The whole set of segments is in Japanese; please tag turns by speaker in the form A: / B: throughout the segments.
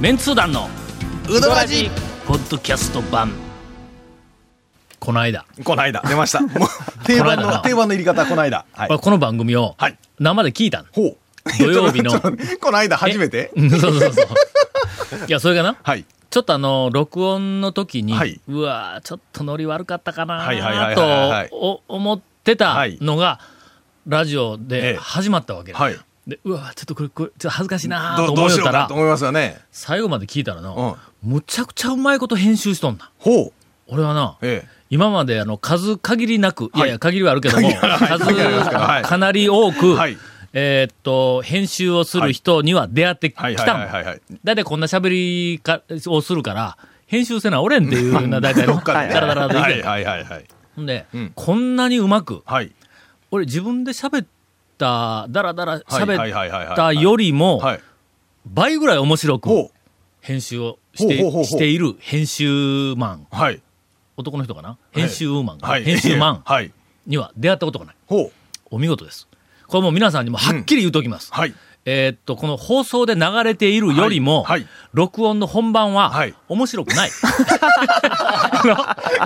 A: メンツー団の
B: うどらじ
A: ポッドキャスト版この間、
B: この間出ました もう定番
A: この間
B: の
A: だ
B: 定番の入り方この間はい
A: この番組を
B: はい
A: 生で聞いたの、
B: ほう
A: 土曜日の
B: ちょっと待ってこの間初めて
A: うんそうそうそう いやそれがな
B: はい
A: ちょっとあの録音の時に、
B: はいう
A: わーちょっとノリ悪かったかな
B: はいはいはいはいはい
A: とお思ってたのが、ラジオ
B: え
A: で
B: え
A: 始まったわけだ、
B: はい
A: でうわーちょっとこれこれちょっと恥ずかしいなーと
B: どど
A: 思
B: う
A: いよ
B: し
A: っ
B: よう
A: た
B: からと思いますよね
A: 最後まで聞いたらな、
B: うん
A: むちゃくちゃうまいこと編集しとんな
B: ほう
A: 俺はな、
B: え
A: 今まであの数限りなく、い、やい
B: は
A: や
B: い
A: 限りはあるけども、
B: 限りははい
A: 数
B: 限りはありますけどはい
A: かなり多く、
B: はい
A: えーっと、編集をする人には出会ってきた
B: はい
A: もん。
B: はいはいはいはい
A: だいたいこんな喋りかをするから、編集せなおれんっていうような、だいたい
B: ど
A: の、
B: っ
A: ダ
B: か
A: ラ
B: でね
A: ダラでい
B: は
A: け
B: い
A: る
B: はいはいはい
A: ほんで、
B: うん
A: こんなにうまく、
B: はい
A: 俺自分で喋った、ダラダラ
B: はいはいはいはい
A: 喋
B: はい
A: ったよりも、
B: はい
A: 倍ぐらい面白く
B: ほ
A: 編集をして
B: ほうほうほうほう
A: している編集マン、
B: うはい
A: 男の人かな編集ウーマンかな、
B: はい
A: 編集マン
B: はい
A: には出会ったことがない。
B: ほう
A: お見事です。これもう皆さんにもはっきり言うときます。
B: はい
A: えーっと、この放送で流れているよりも、
B: はいはい
A: 録音の本番は、
B: はい
A: 面白くない。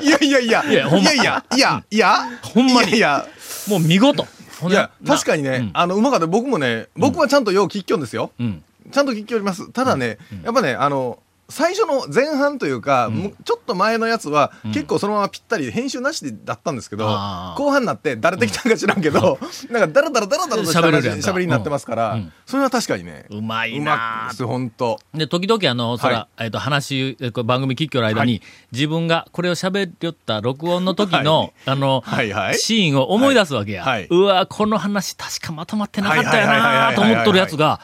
B: いやいやいや
A: いやほん
B: い
A: ま
B: やいやいやいや
A: ほんまに
B: いや
A: もう見事。ほん
B: いやい
A: で
B: や
A: な
B: 確かに
A: う
B: ね
A: ん
B: あのうまかった僕もね僕はちゃんとよう聞きょんですよ
A: うん。
B: ちゃんと聞きおります。ただね、やっぱね、あの、最初の前半というか、もうちょっと前のやつは、結構そのままぴったりで編集なしでだったんですけど、
A: あー
B: 後半になって誰できたんか知らんけど、 なんかダラダラダラダラとした
A: 喋れ
B: 話
A: るやんか
B: 喋りになってますから、
A: うんうん
B: それは確かにね、
A: うまいう
B: ま
A: な
B: くです、ほんと。
A: で、時々あの、そら、
B: は
A: えーっと、話、えーこれ番組聞きよる間に、自分がこれを喋りよった録音の時の、
B: はい
A: あの、
B: はいはい
A: シーンを思い出すわけや。
B: はいはいう
A: わこの話確かまとまってなかったよ
B: はいはいはい
A: な
B: はいはいはい
A: と思っとるやつが、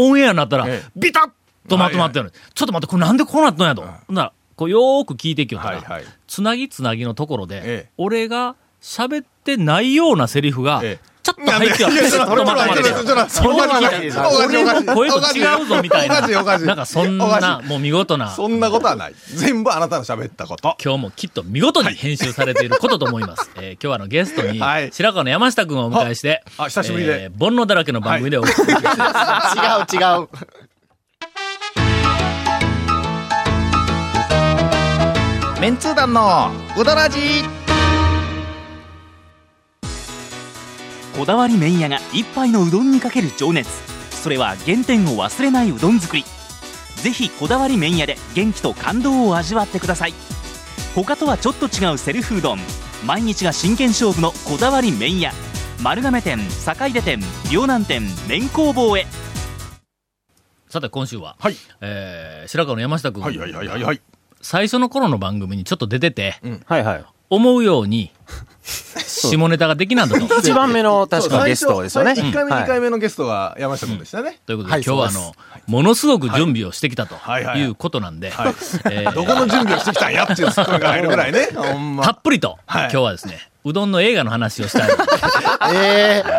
A: オンエアになったら
B: ええ、
A: ビタッとまとまってる、ちょっと待って、これなんでこうなったんやと。ほんなら、こうよーく聞いていきよったら、
B: はいはい
A: つなぎつなぎのところで、
B: ええ
A: 俺が喋ってないようなセリフが、
B: ええ
A: ちょっと入ってよ。
B: いやいや
A: ちょっとまとまって
B: ちょっとちょっとちょっと
A: よう聞いた
B: そんなことない
A: 俺の声と違うぞみたいな。
B: おかしいお かしい
A: なんかそん
B: おか
A: な、もう見事な、
B: そんなことはない。全部あなたの喋ったこと。
A: 今日もきっと見事に編集されていることと思います。えー今日はあのゲストに
B: はい、
A: 白川の山下くんをお迎えして、
B: ああ久しぶりで
A: えー煩悩だらけの番組でお送りしました。
C: 違う違う。
B: メンツー団のうだらじ
C: こだわり麺屋が一杯のうどんにかける情熱それは原点を忘れないうどん作りぜひこだわり麺屋で元気と感動を味わってください他とはちょっと違うセルフうどん毎日が真剣勝負のこだわり麺屋丸亀店坂出店両南店麺工房へ
A: さて今週は、
B: はい。
A: えー白川の山下くん、
B: はいはいはいはいはい。
A: 最初の頃の番組にちょっと出てて、
D: はいはい。
A: 思うよう に、下ネタができなんだと。
D: 一番目の確かゲストですよね。
B: 1回目、2回
D: 目。
B: 目のゲストは山下君でしたね。
A: ということで、
D: はい
A: 今日はあ
D: そ
A: の
D: う、
A: ものすごく準備をしてきたと
B: はいはいはい
A: いうことなんで、
B: はい。
A: えー
B: どこの準備をしてきたんやっていうツッコミが入るぐらいね。 ほん
A: た
B: ま。
A: っぷりと、
B: はい
A: 今日はですね、うどんの映画の話をしたい。
D: え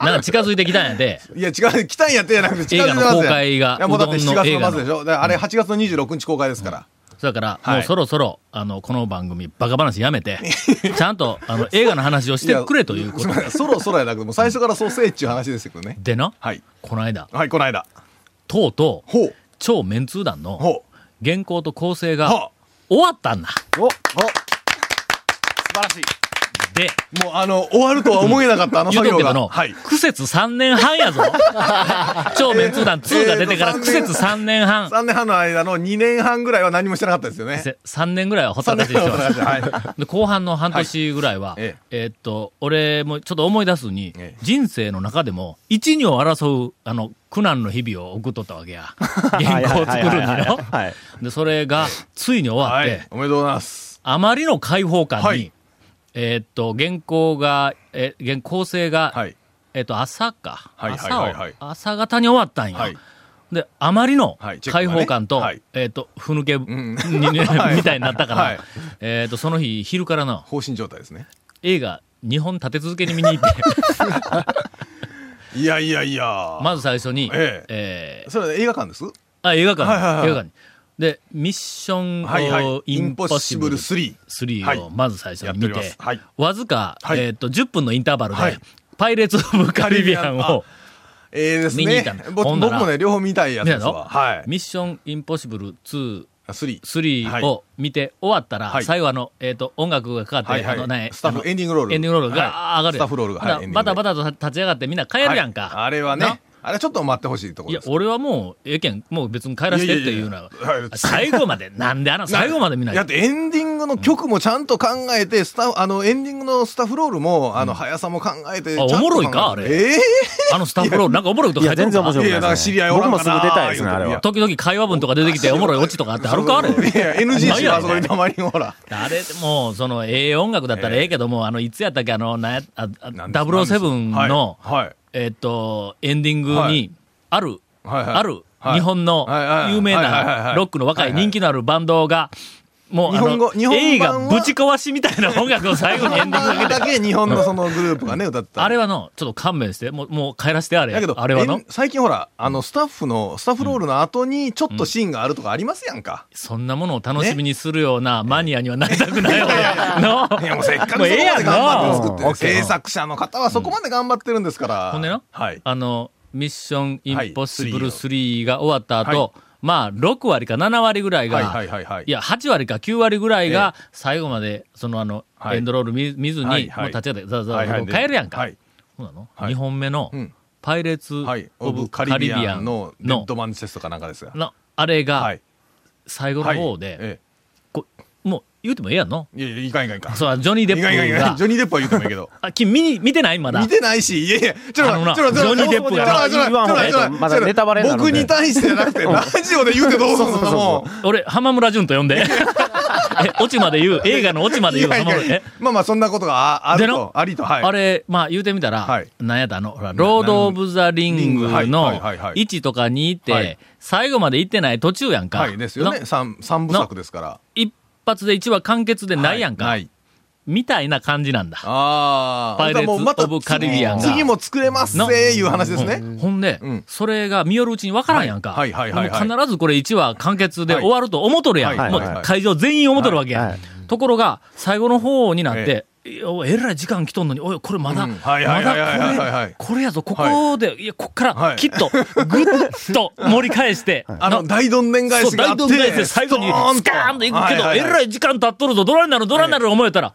A: なんか近づいてきたんやで、
B: いや、違う、来たんやってやなくて、
A: 映
B: 違
A: 画
B: う
A: の公開が
B: いや、もうだって7
A: うどん
B: 月
A: の
B: の末でしょ。だからあれ、8月の26日公開ですから。
A: それから、
B: はい
A: もうそろそろ、あの、この番組、バカ話やめ て、ちゃんと、あの、映画の話をしてくれというこ
B: す
A: と
B: ませんそろそろや なくて、もう最初からそうせえっちゅう話ですけどね。
A: でな、
B: はい。
A: この間、
B: はい、この間。
A: とうとう、
B: ほう。
A: 超メンツー団の
B: ほ
A: 原稿と構成
B: う。
A: が
B: は
A: 終わったんだ。
D: おお
A: で、
B: もう、あの、終わるとは思えなかった、あ の
A: 言うと
B: 作業
A: けどの、
B: が。はい。
A: 苦節3年半 やぞ。超メンツー団2が出てから
B: えー
A: 苦節3年半。
B: 3年半の間の2年半ぐらいは何もしてなかったですよね。
A: 3年ぐらいはほった
B: 3
A: ら
B: 年
A: かしにしてま
B: 半の
A: した
B: 間。はい。
A: で後半の半年ぐらいは、え
B: え
A: ーっと、俺もちょっと思い出すに、
B: ええ
A: 人生の中でも、一二を争う、あの、苦難の日々を送っとったわけ や。原稿を作るにの。
D: はい。
A: で、それが、ついに終わっ
B: は
A: て、
B: い。おめでとうございます。
A: あまりの開放感に、
B: はい
A: えーっと、原稿が、え、原構成が、
B: はい。
A: えーっと、朝か。
B: はいはい
A: 朝を、
B: はいはい
A: 朝方に終わったんや。
B: はい
A: で、あまりの
B: はいチェッ
A: 開
B: クがね
A: 放感と、
B: はい
A: えーっと、ふぬけ、
B: ん
A: にねみたいになったから、
B: はい
A: えーっと、その日、昼からな、
B: 放心状態ですね。
A: 映画2本立て続けに見に行って、
B: いやいやいや。
A: まず最初に、え
B: え
A: ー
B: それ映画館です
A: あ、映画館、
B: はいはいはい
A: 映画館に。で、ミッション、
B: はいは
A: お
B: い。イ
A: イ
B: ン
A: ン
B: ポ
A: ポ
B: ッ
A: ッ
B: シ
A: シ
B: ブ
A: ブ
B: ル
A: ル
B: 3。
A: 3をまず最初に見て、
B: はいやっております
A: わずか、
B: はい
A: えーっと、10分のインターバルで、
B: はい
A: パイレーツ・オブ・カリビアンを、
B: ええです
A: 見に行
B: ね
A: ったの。
B: ぼ
A: ほんなら
B: 僕もね、両方見たいやつ
A: 見
B: で
A: た
B: す
A: の
B: わ。はい。
A: ミッションインポッシブル2、
B: あスリー。
A: 3を見て終わったら、
B: はい
A: 最後あの、えっ、と、音楽がかか
B: は
A: っ
B: い
A: て、
B: は
A: あの
B: い
A: ね。、
B: スタッ
A: あ
B: フ
A: の
B: エンディングロール。
A: エンディングロール
B: はい
A: があー上がる
B: ス
A: やん
B: タッフロールが。
A: ほんなら
B: はいエンディ
A: バ
B: ングロ
A: タ
B: ール
A: バタと立ち上がってみんな帰るやんか。
B: はいあれは
A: な
B: ね、あれちょっと待ってほしいとこ
A: い
B: ろ
A: や
B: で、す。
A: 俺はもう、ええけん、もう別に帰らせてっていうのは、
B: いやいやいやはい
A: 最後まで、なんであ の、最後まで見ない
B: だってエンディングの曲もちゃんと考えて、スタッフ、あの、エンディングのスタッフロールも、あの、速さも考えて。
A: あ
B: ち
A: お
B: ゃんと考えて
A: もろいかあれ
B: ええ
A: あのスタッフロール、なんかおもろいこと書いてある
D: いや全然面
A: の
D: 白
A: か
D: い
B: いや、だから知り合いおらんかな
D: 僕もすぐ出たいですねあれは
A: 時々会話文とか出てきて、おもろいオチとかあ ってあるかあれ。
B: いや、NG
A: ない
B: し
A: や
B: ま
A: ろ
B: す、これたまにほら。
A: あれ、もう、その、ええ音楽だったらええけども、あの、いつやったっけ、あの、なんや、あ、あ
B: なんです
A: 007の、
B: はいはい
A: えっと、エンディング
B: は
A: に
B: い、
A: ある、
B: はいはい
A: ある、
B: はい
A: 日本の
B: はいはいはい
A: 有名
B: はいはいはいは
A: な、
B: い
A: ロックの若
B: はい
A: い
B: はい
A: 人気のあるバンドが、もう、あ
B: 日本語
A: の、
B: 日本
A: 映画
B: 版は
A: ぶち壊しみたいな音楽を最後にエンディングにかけて
B: だけ日本のそのグループがね、歌ってた。
A: あれはの、ちょっと勘弁して、もう、もう帰らせてあれ。
B: だけど、
A: あれはの
B: えん、最近ほら、あの、スタッフの、スタッフロールの後に、ちょっとシーンがあるとかありますやんか。
A: そんなものを楽しみにするようなマニアにはなりたく ないよ。の
B: いや、もうせっかくそこ
A: もう
B: ま
A: ええ
B: で
A: やん
B: 頑張って
A: な。
B: 作って
D: うん
B: る、制作者の方はそこまで頑張ってるんですから。
A: ほんでな、
B: はい。
A: あの、ミッションインポッシブル
B: はい
A: 3が終わった後、
B: は
A: まあ、6割か7割ぐらいが、
B: はいはいはいはい
A: や、8割か9割ぐらいが、最後まで、そのあの、
B: はい
A: エンドロール見見ずに、
B: はいは
A: も
B: い
A: う立ち上がって、ざざ
B: はい
A: ざ
B: は
A: も
B: いうで
A: 帰るやんか。
B: はい
A: そうなの、
B: はい
A: ?2 本目の、
B: うん
A: パイレーツ・
B: はい。
A: オ
B: オ
A: ブ・
B: ブ
A: カ
B: カ
A: リ
B: リ
A: ビ
B: ビ
A: ア
B: ア
A: ン
B: ン
A: の
B: の、レッドマンチェストかなんかですが。
A: のあれが、
B: はい。
A: 最後の
B: はい
A: 方で、
B: え
A: こうもう言うてもええやんの
B: えいやいや、いかんいかんいかん。
A: そうだジョニー・デ
B: いかんいかんい
A: ッ
B: かん。
A: プ
B: ジ
A: が。
B: ョニー・デップは言うてもいいけど。
A: あ、君見に見てないまだ
B: 見。てないし、いやいや、ちょっ
A: あのな
B: と、ちょっと、ちょっと、
A: ジョニーデップがな
B: ちょっとちょっとちょっとちょっとちょっと
D: まだネタバレになるんで
B: 僕に対してじゃなくて、ラジオで言うてどうすんのもう。
A: 俺、浜村淳と呼ん で。え、オチまで言う、映画のオチまで
B: い
A: 言う、
B: や
A: 浜
B: いや
A: 村。
B: い
A: え
B: やまあまあ、そんなことがあある
A: での
B: と、ありと、はい。
A: あれ、まあ言うてみたら、
B: はい
A: なんやったあの、ほらロード・オブ・ザ・リングの
B: リングはいはいはい
A: 1とか2って、
B: はい
A: 最後まで行ってない途中やんか。
B: はい、ですよね。
A: の
B: 三三部作ですから。
A: 一発で1話完結でないやんか。
B: はいない。
A: みたいな感じなんだ。
B: ああ。
A: パイレーツ
B: もうまた
A: オブカリビアンが
B: 次も作れます
A: の
B: ぜ、いう話ですね。
A: ほんで、
B: うん
A: それが見よるうちに分からんやんか。
B: はいはいはいはいはい
A: もう必ずこれ1話完結で終わると思っとるやん。
B: はい
A: も
B: はいは
A: う
B: い
A: 会場全員思っとるわけやん。
D: はいはい
A: ところが、最後の方になって、いやおいえらい時間来とんのに、おい、これまだ、
B: うん
A: ま
B: はいはいはいはいはいはい
A: だこれ、これやぞ、ここで、い、や、こっから、
B: はい
A: きっと、ぐっと盛り返して、
B: あの、大どんでん返
A: そう、
B: しがあ
A: 大
B: っ
A: ど
B: て。
A: ん返しで最後に、スカーンと行くけど、えら
B: い。
A: い時間経っとるぞ、どないなる、どないなる思えたら、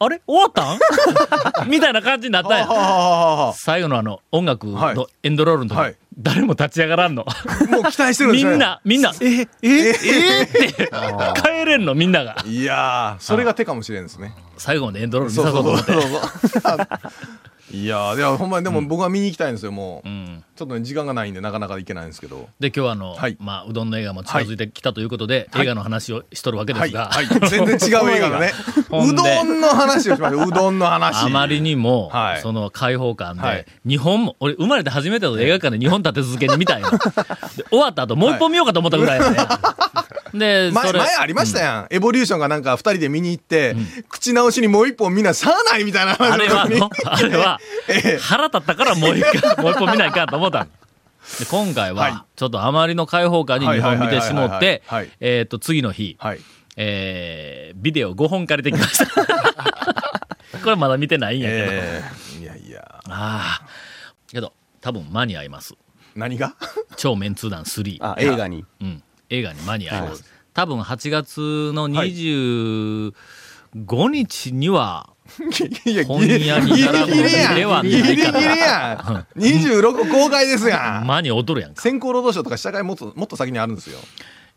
A: あれ終わった んみたいな感じになったんや
B: はあ。はあはあは
A: 最後のあの音楽
B: はい
A: のエンドロールの時、
B: はい
A: 誰も立ち上がらんの。
B: あもう期待してるんで
A: み
B: すね
A: ん。な、みんな、え、え、えって、帰れんの、みんなが。
B: いやー、それが手かもしれんですね。
A: 最後までエンドロール見
B: そ
A: さ
B: う
A: そう
B: そ
A: と
B: う
A: 思
B: そう
A: って。
B: そう。 いやー、いや、ほんまにでも僕は見に行きたいんですよ、もう。
A: うん
B: ちょっとね、時間がないんで、なかなか行けないんですけど。
A: で、今日はあの、
B: はい
A: まあ、うどんの映画も近づいてきたということで、
B: はい
A: 映画の話をしとるわけで
B: は
A: す
B: い。
A: が、
B: はい。全然違う映画のね。
A: ほん
B: う
A: で
B: どんの話を しましょう。うどんの話。
A: あまりにも、
B: はい
A: その開放感で、
B: はい
A: 日本も、俺生まれて初めての映画館で日本立て続けに見たん よ。で終わった後、もう一本見ようかと思ったぐらいやね。で、
B: 前
A: それ。
B: 前ありましたやん、エボリューションがなんか2人で見に行って、口直しにもう一本見なしゃあないみたいな話
A: あれは、あ
B: の
A: のあれは
B: ええ、
A: 腹立ったからもう一 回、もう一本見ないかと思ったの。で今回
B: はい
A: は、ちょっとあまりの開放感に日本見てしもっ
B: はいはいはいはい
A: て
B: はいはい、
A: えっと、次の日、
B: はい
A: えービデオ5本借りてきました。 これまだ見てないんやけど。
B: えーいやいや
A: ああ。けど、多分間に合います。
B: 何が
A: 超メンツー団3。
D: あ、映画に。
A: うん。映画に間に合いま
D: はい
A: す。多分8月の25日には、
B: いや
A: 本屋に
B: ギリギリ
A: 並ぶでは
B: やん
A: な
B: ギ
A: いかな
B: リギリやん26公開です やん
A: 間に劣るやんか。
B: 先行労働省とか社会もっともっと先にあるんですよ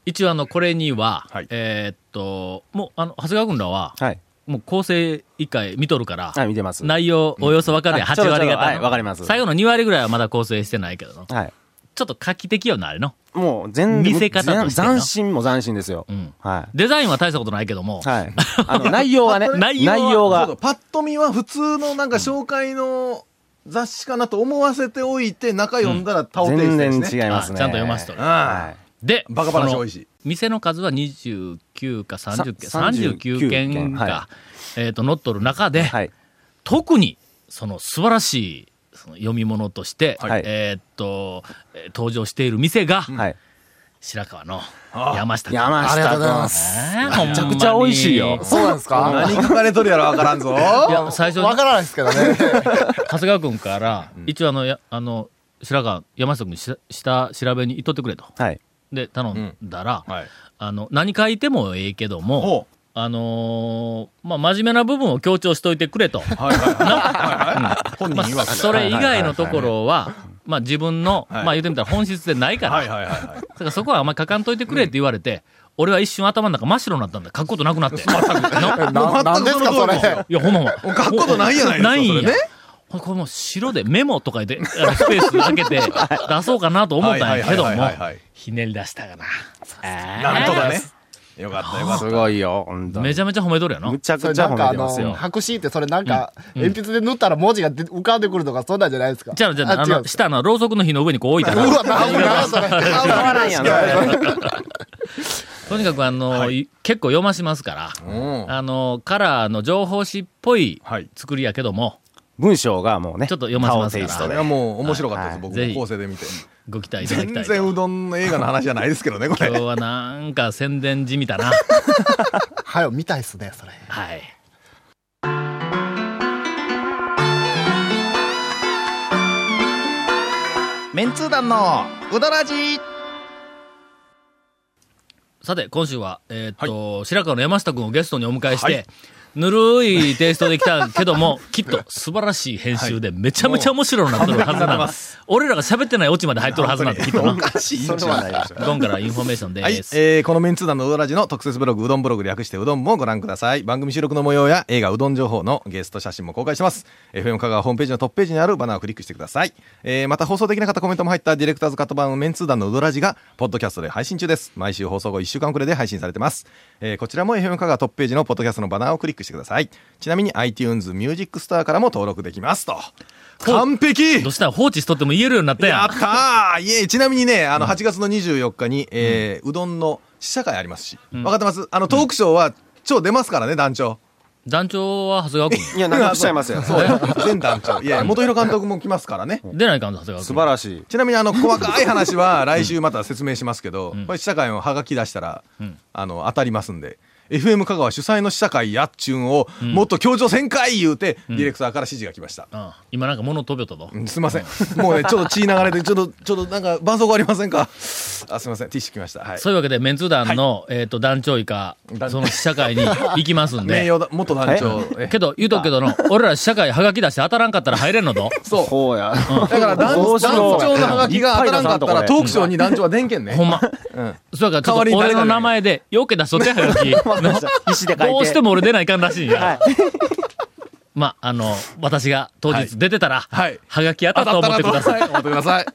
A: 一応あのこれには、
B: はい
A: えーっともうあの長谷川君らは、
D: はい。
A: もう構成一回見とるから、
D: はい、見てます。
A: 内容およそ分かるやん、
D: あ
A: 8割
D: ちょっとちょっと
A: 方
D: はい
A: の
D: わかります
A: 最後の2割ぐらいはまだ構成してないけどな
D: はい。
A: ちょっと画期的よなあれの、
D: もう全部
A: 見せ方としてな
D: 斬新も斬新ですよ。
A: うん
D: はい。
A: デザインは大したことないけども、
D: はい。あの、内容はね、
A: 内容は
B: そうそ
D: が
B: う。パッと見は普通のなんか紹介の雑誌かなと思わせておいて中読んだら倒
D: 全
B: て
D: 然違い
B: ですね、
D: ますね。
A: あちゃんと読ますと
B: うん
D: は
A: で
B: バカ話
A: その
B: 多いし
A: 店の数は29か30件
D: さ
A: 39
D: 39
A: 件
D: 件
A: か、
D: は
A: えーっと載っとる中で、
D: い。はい。
A: 特にその素晴らしいその読み物として、
D: はい
A: えーっとえー登場している店が、
D: はい。
A: 白川の
B: あ
A: 山下君
D: 山下君。
A: ねえ
D: めちゃくちゃ美味しいよ。
E: そうなんですか
B: 何書かれとるやらわからんぞ
A: いや最初に
E: わからないですけどね。
A: 長谷川君から、一応あのやあの白川、山下君にし下調べに行っとってくれと。
D: はい。
A: で、頼んだら、
B: はい。
A: あの、何書いてもええけども、
B: ほ
A: あのーまあ、真面目な部分を強調しといてくれと。
B: う。はいはいはいはい。本
A: ま
B: 人
A: あ、
B: 曰く。
A: それ以外のところは、まあ、自分の、
B: はい
A: まあ、言ってみたら本質でないから、
B: はいはいはいはい。
A: だからそこはあんまり書かんといてくれって言われて、俺は一瞬頭の中真っ白になったんだ。書くことなくなって。な
D: な なんですか、それ。
A: いや、ほんまほんま。
B: もう書くことないやないですか
A: ないんや
B: それね
A: ほんこれもう白でメモとかで、あのスペース開けて出そうかなと思ったんやけど
B: はい
A: も
B: はいはいはいはい、
A: ひねり出したがな。
B: なんとかね。よかったよかっ
D: すごいよ、本当に
A: めちゃめちゃ褒めとるやな
D: む。ちゃ
E: そ
D: く
E: れ
D: ち
E: な
D: ゃ褒
E: んか
D: め
E: あ
D: てます
E: の、
D: よ。
E: 白紙ってそれなんか、鉛筆で塗ったら文字が出浮かんでくるとか、そんなんじゃないですか。
A: じゃあ、じゃあ、あ
E: 違う
A: の、下のろうそくの火の上にこう置いて
E: う
A: な
E: わ、なんだ、それ。
D: 変わらんやな。
A: とにかくあの、い結構読ましますから、
B: た。うん。
A: あの、カラーの情報誌っぽい
B: はい
A: 作りやけども、
D: 文章がもうね、
A: ちょっと読ませます
D: 顔
A: から
D: テイス
B: そ
D: ト
B: れ
D: で
B: は。もう面白かったで
D: は
B: す、
D: い
B: 僕
A: ぜひ
B: も構成で見て。
A: ご期待いただきた
B: 全
A: いと。
B: 然うどんの映画の話じゃないですけどね、こ
A: 今日
B: れ。
A: はなんか宣伝地味だ な。
E: はよ、見たいっすね、それ。
A: はい。
F: メンツー団のウドラジ
A: さて、今週は、えーっと、白川の山下君をゲストにお迎えして、ぬるいテイストで来たけども、 きっと素晴らしい編集でめちゃめちゃ面白くなってるはずな
B: も
A: の
B: う完璧になってます。
A: 俺らが喋ってないオチまで入っとるはずなんだ、きっとな
B: お。かしいじゃないです か
A: ドンからインフォメーション
B: はい、え
A: です。
B: ーこのメンツー団のうどらじの特設ブログ、うどんブログ略してうどんもご覧ください。番組収録の模様や映画うどん情報のゲスト写真も公開します。FM 香川ホームページのトップページにあるバナーをクリックしてください。えーまた放送できなかったコメントも入ったディレクターズカット版メンツー団のうどらじが、ポッドキャストで配信中です。毎週放送後1週間くらいで配信されてます。えーこちらも FM 香川トップページのポッドキャストのバナーをクリックしてください。ちなみに iTunes ミュージックスターからも登録できますと。完璧
A: どうしたら放置しとっても言えるようになったや
B: や
A: ん
B: っ。たーいえ、ちなみにね、あの、8月の24日に、えーうどんの試写会ありますし。わ、かってますあの、トークショーは、超出ますからね、団長。
A: 団長は長谷川
D: いや、長くしちゃいますよ。
B: そうよ。全団長。いや、元弘監督も来ますからね。
A: 君。出ないかんぞ、長谷
D: 素
A: 川
D: 晴らしい。
B: ちなみに、あの、細かい話 は、来週また説明しますけど、これ試写会をはがき出したら、あの、当たりますんで。FM 香川主催の試写会やっちゅうんを、もっと強調せんかい言うて、ディレクターから指示が来ました。
A: 君。うん今なんか物飛びよったぞ。
B: うんすいません。もうね、ちょっと血流れて、ちょっと、ちょっとなんか、絆創膏ありませんかあ、すいません。ティッシュ来ました。はい。
A: そういうわけで、メンツー団の、えーっと、団長以下、その試写会に行きますんで。
B: 名誉だ元団長。え
A: けど、言うとくけどの、俺ら試写会はがき出して当たらんかったら入れんのと
D: そう。こうや。
B: だから団
D: ど
B: 団
D: うしよ
B: 長
D: う
B: のハガキが当たらんかったら
D: いっぱい出さんとこれ
B: トークショーに団長は出んけんね。
A: ほんま。そうか、ちょっと俺の名前で、よけ出しとって、はがき。
D: 石で書いて。
A: どうしても俺出ないかんらしいん
D: は
A: や
D: い。
A: まあ、あの、私が当日出てたら、
B: はいは
A: は
B: い
A: がき当たったと思ってください。
B: い。思ってく ださい。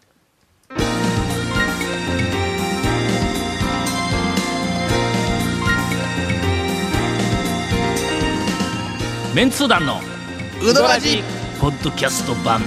A: メンツー団の、
B: うどらじ
A: ポッドキャスト版、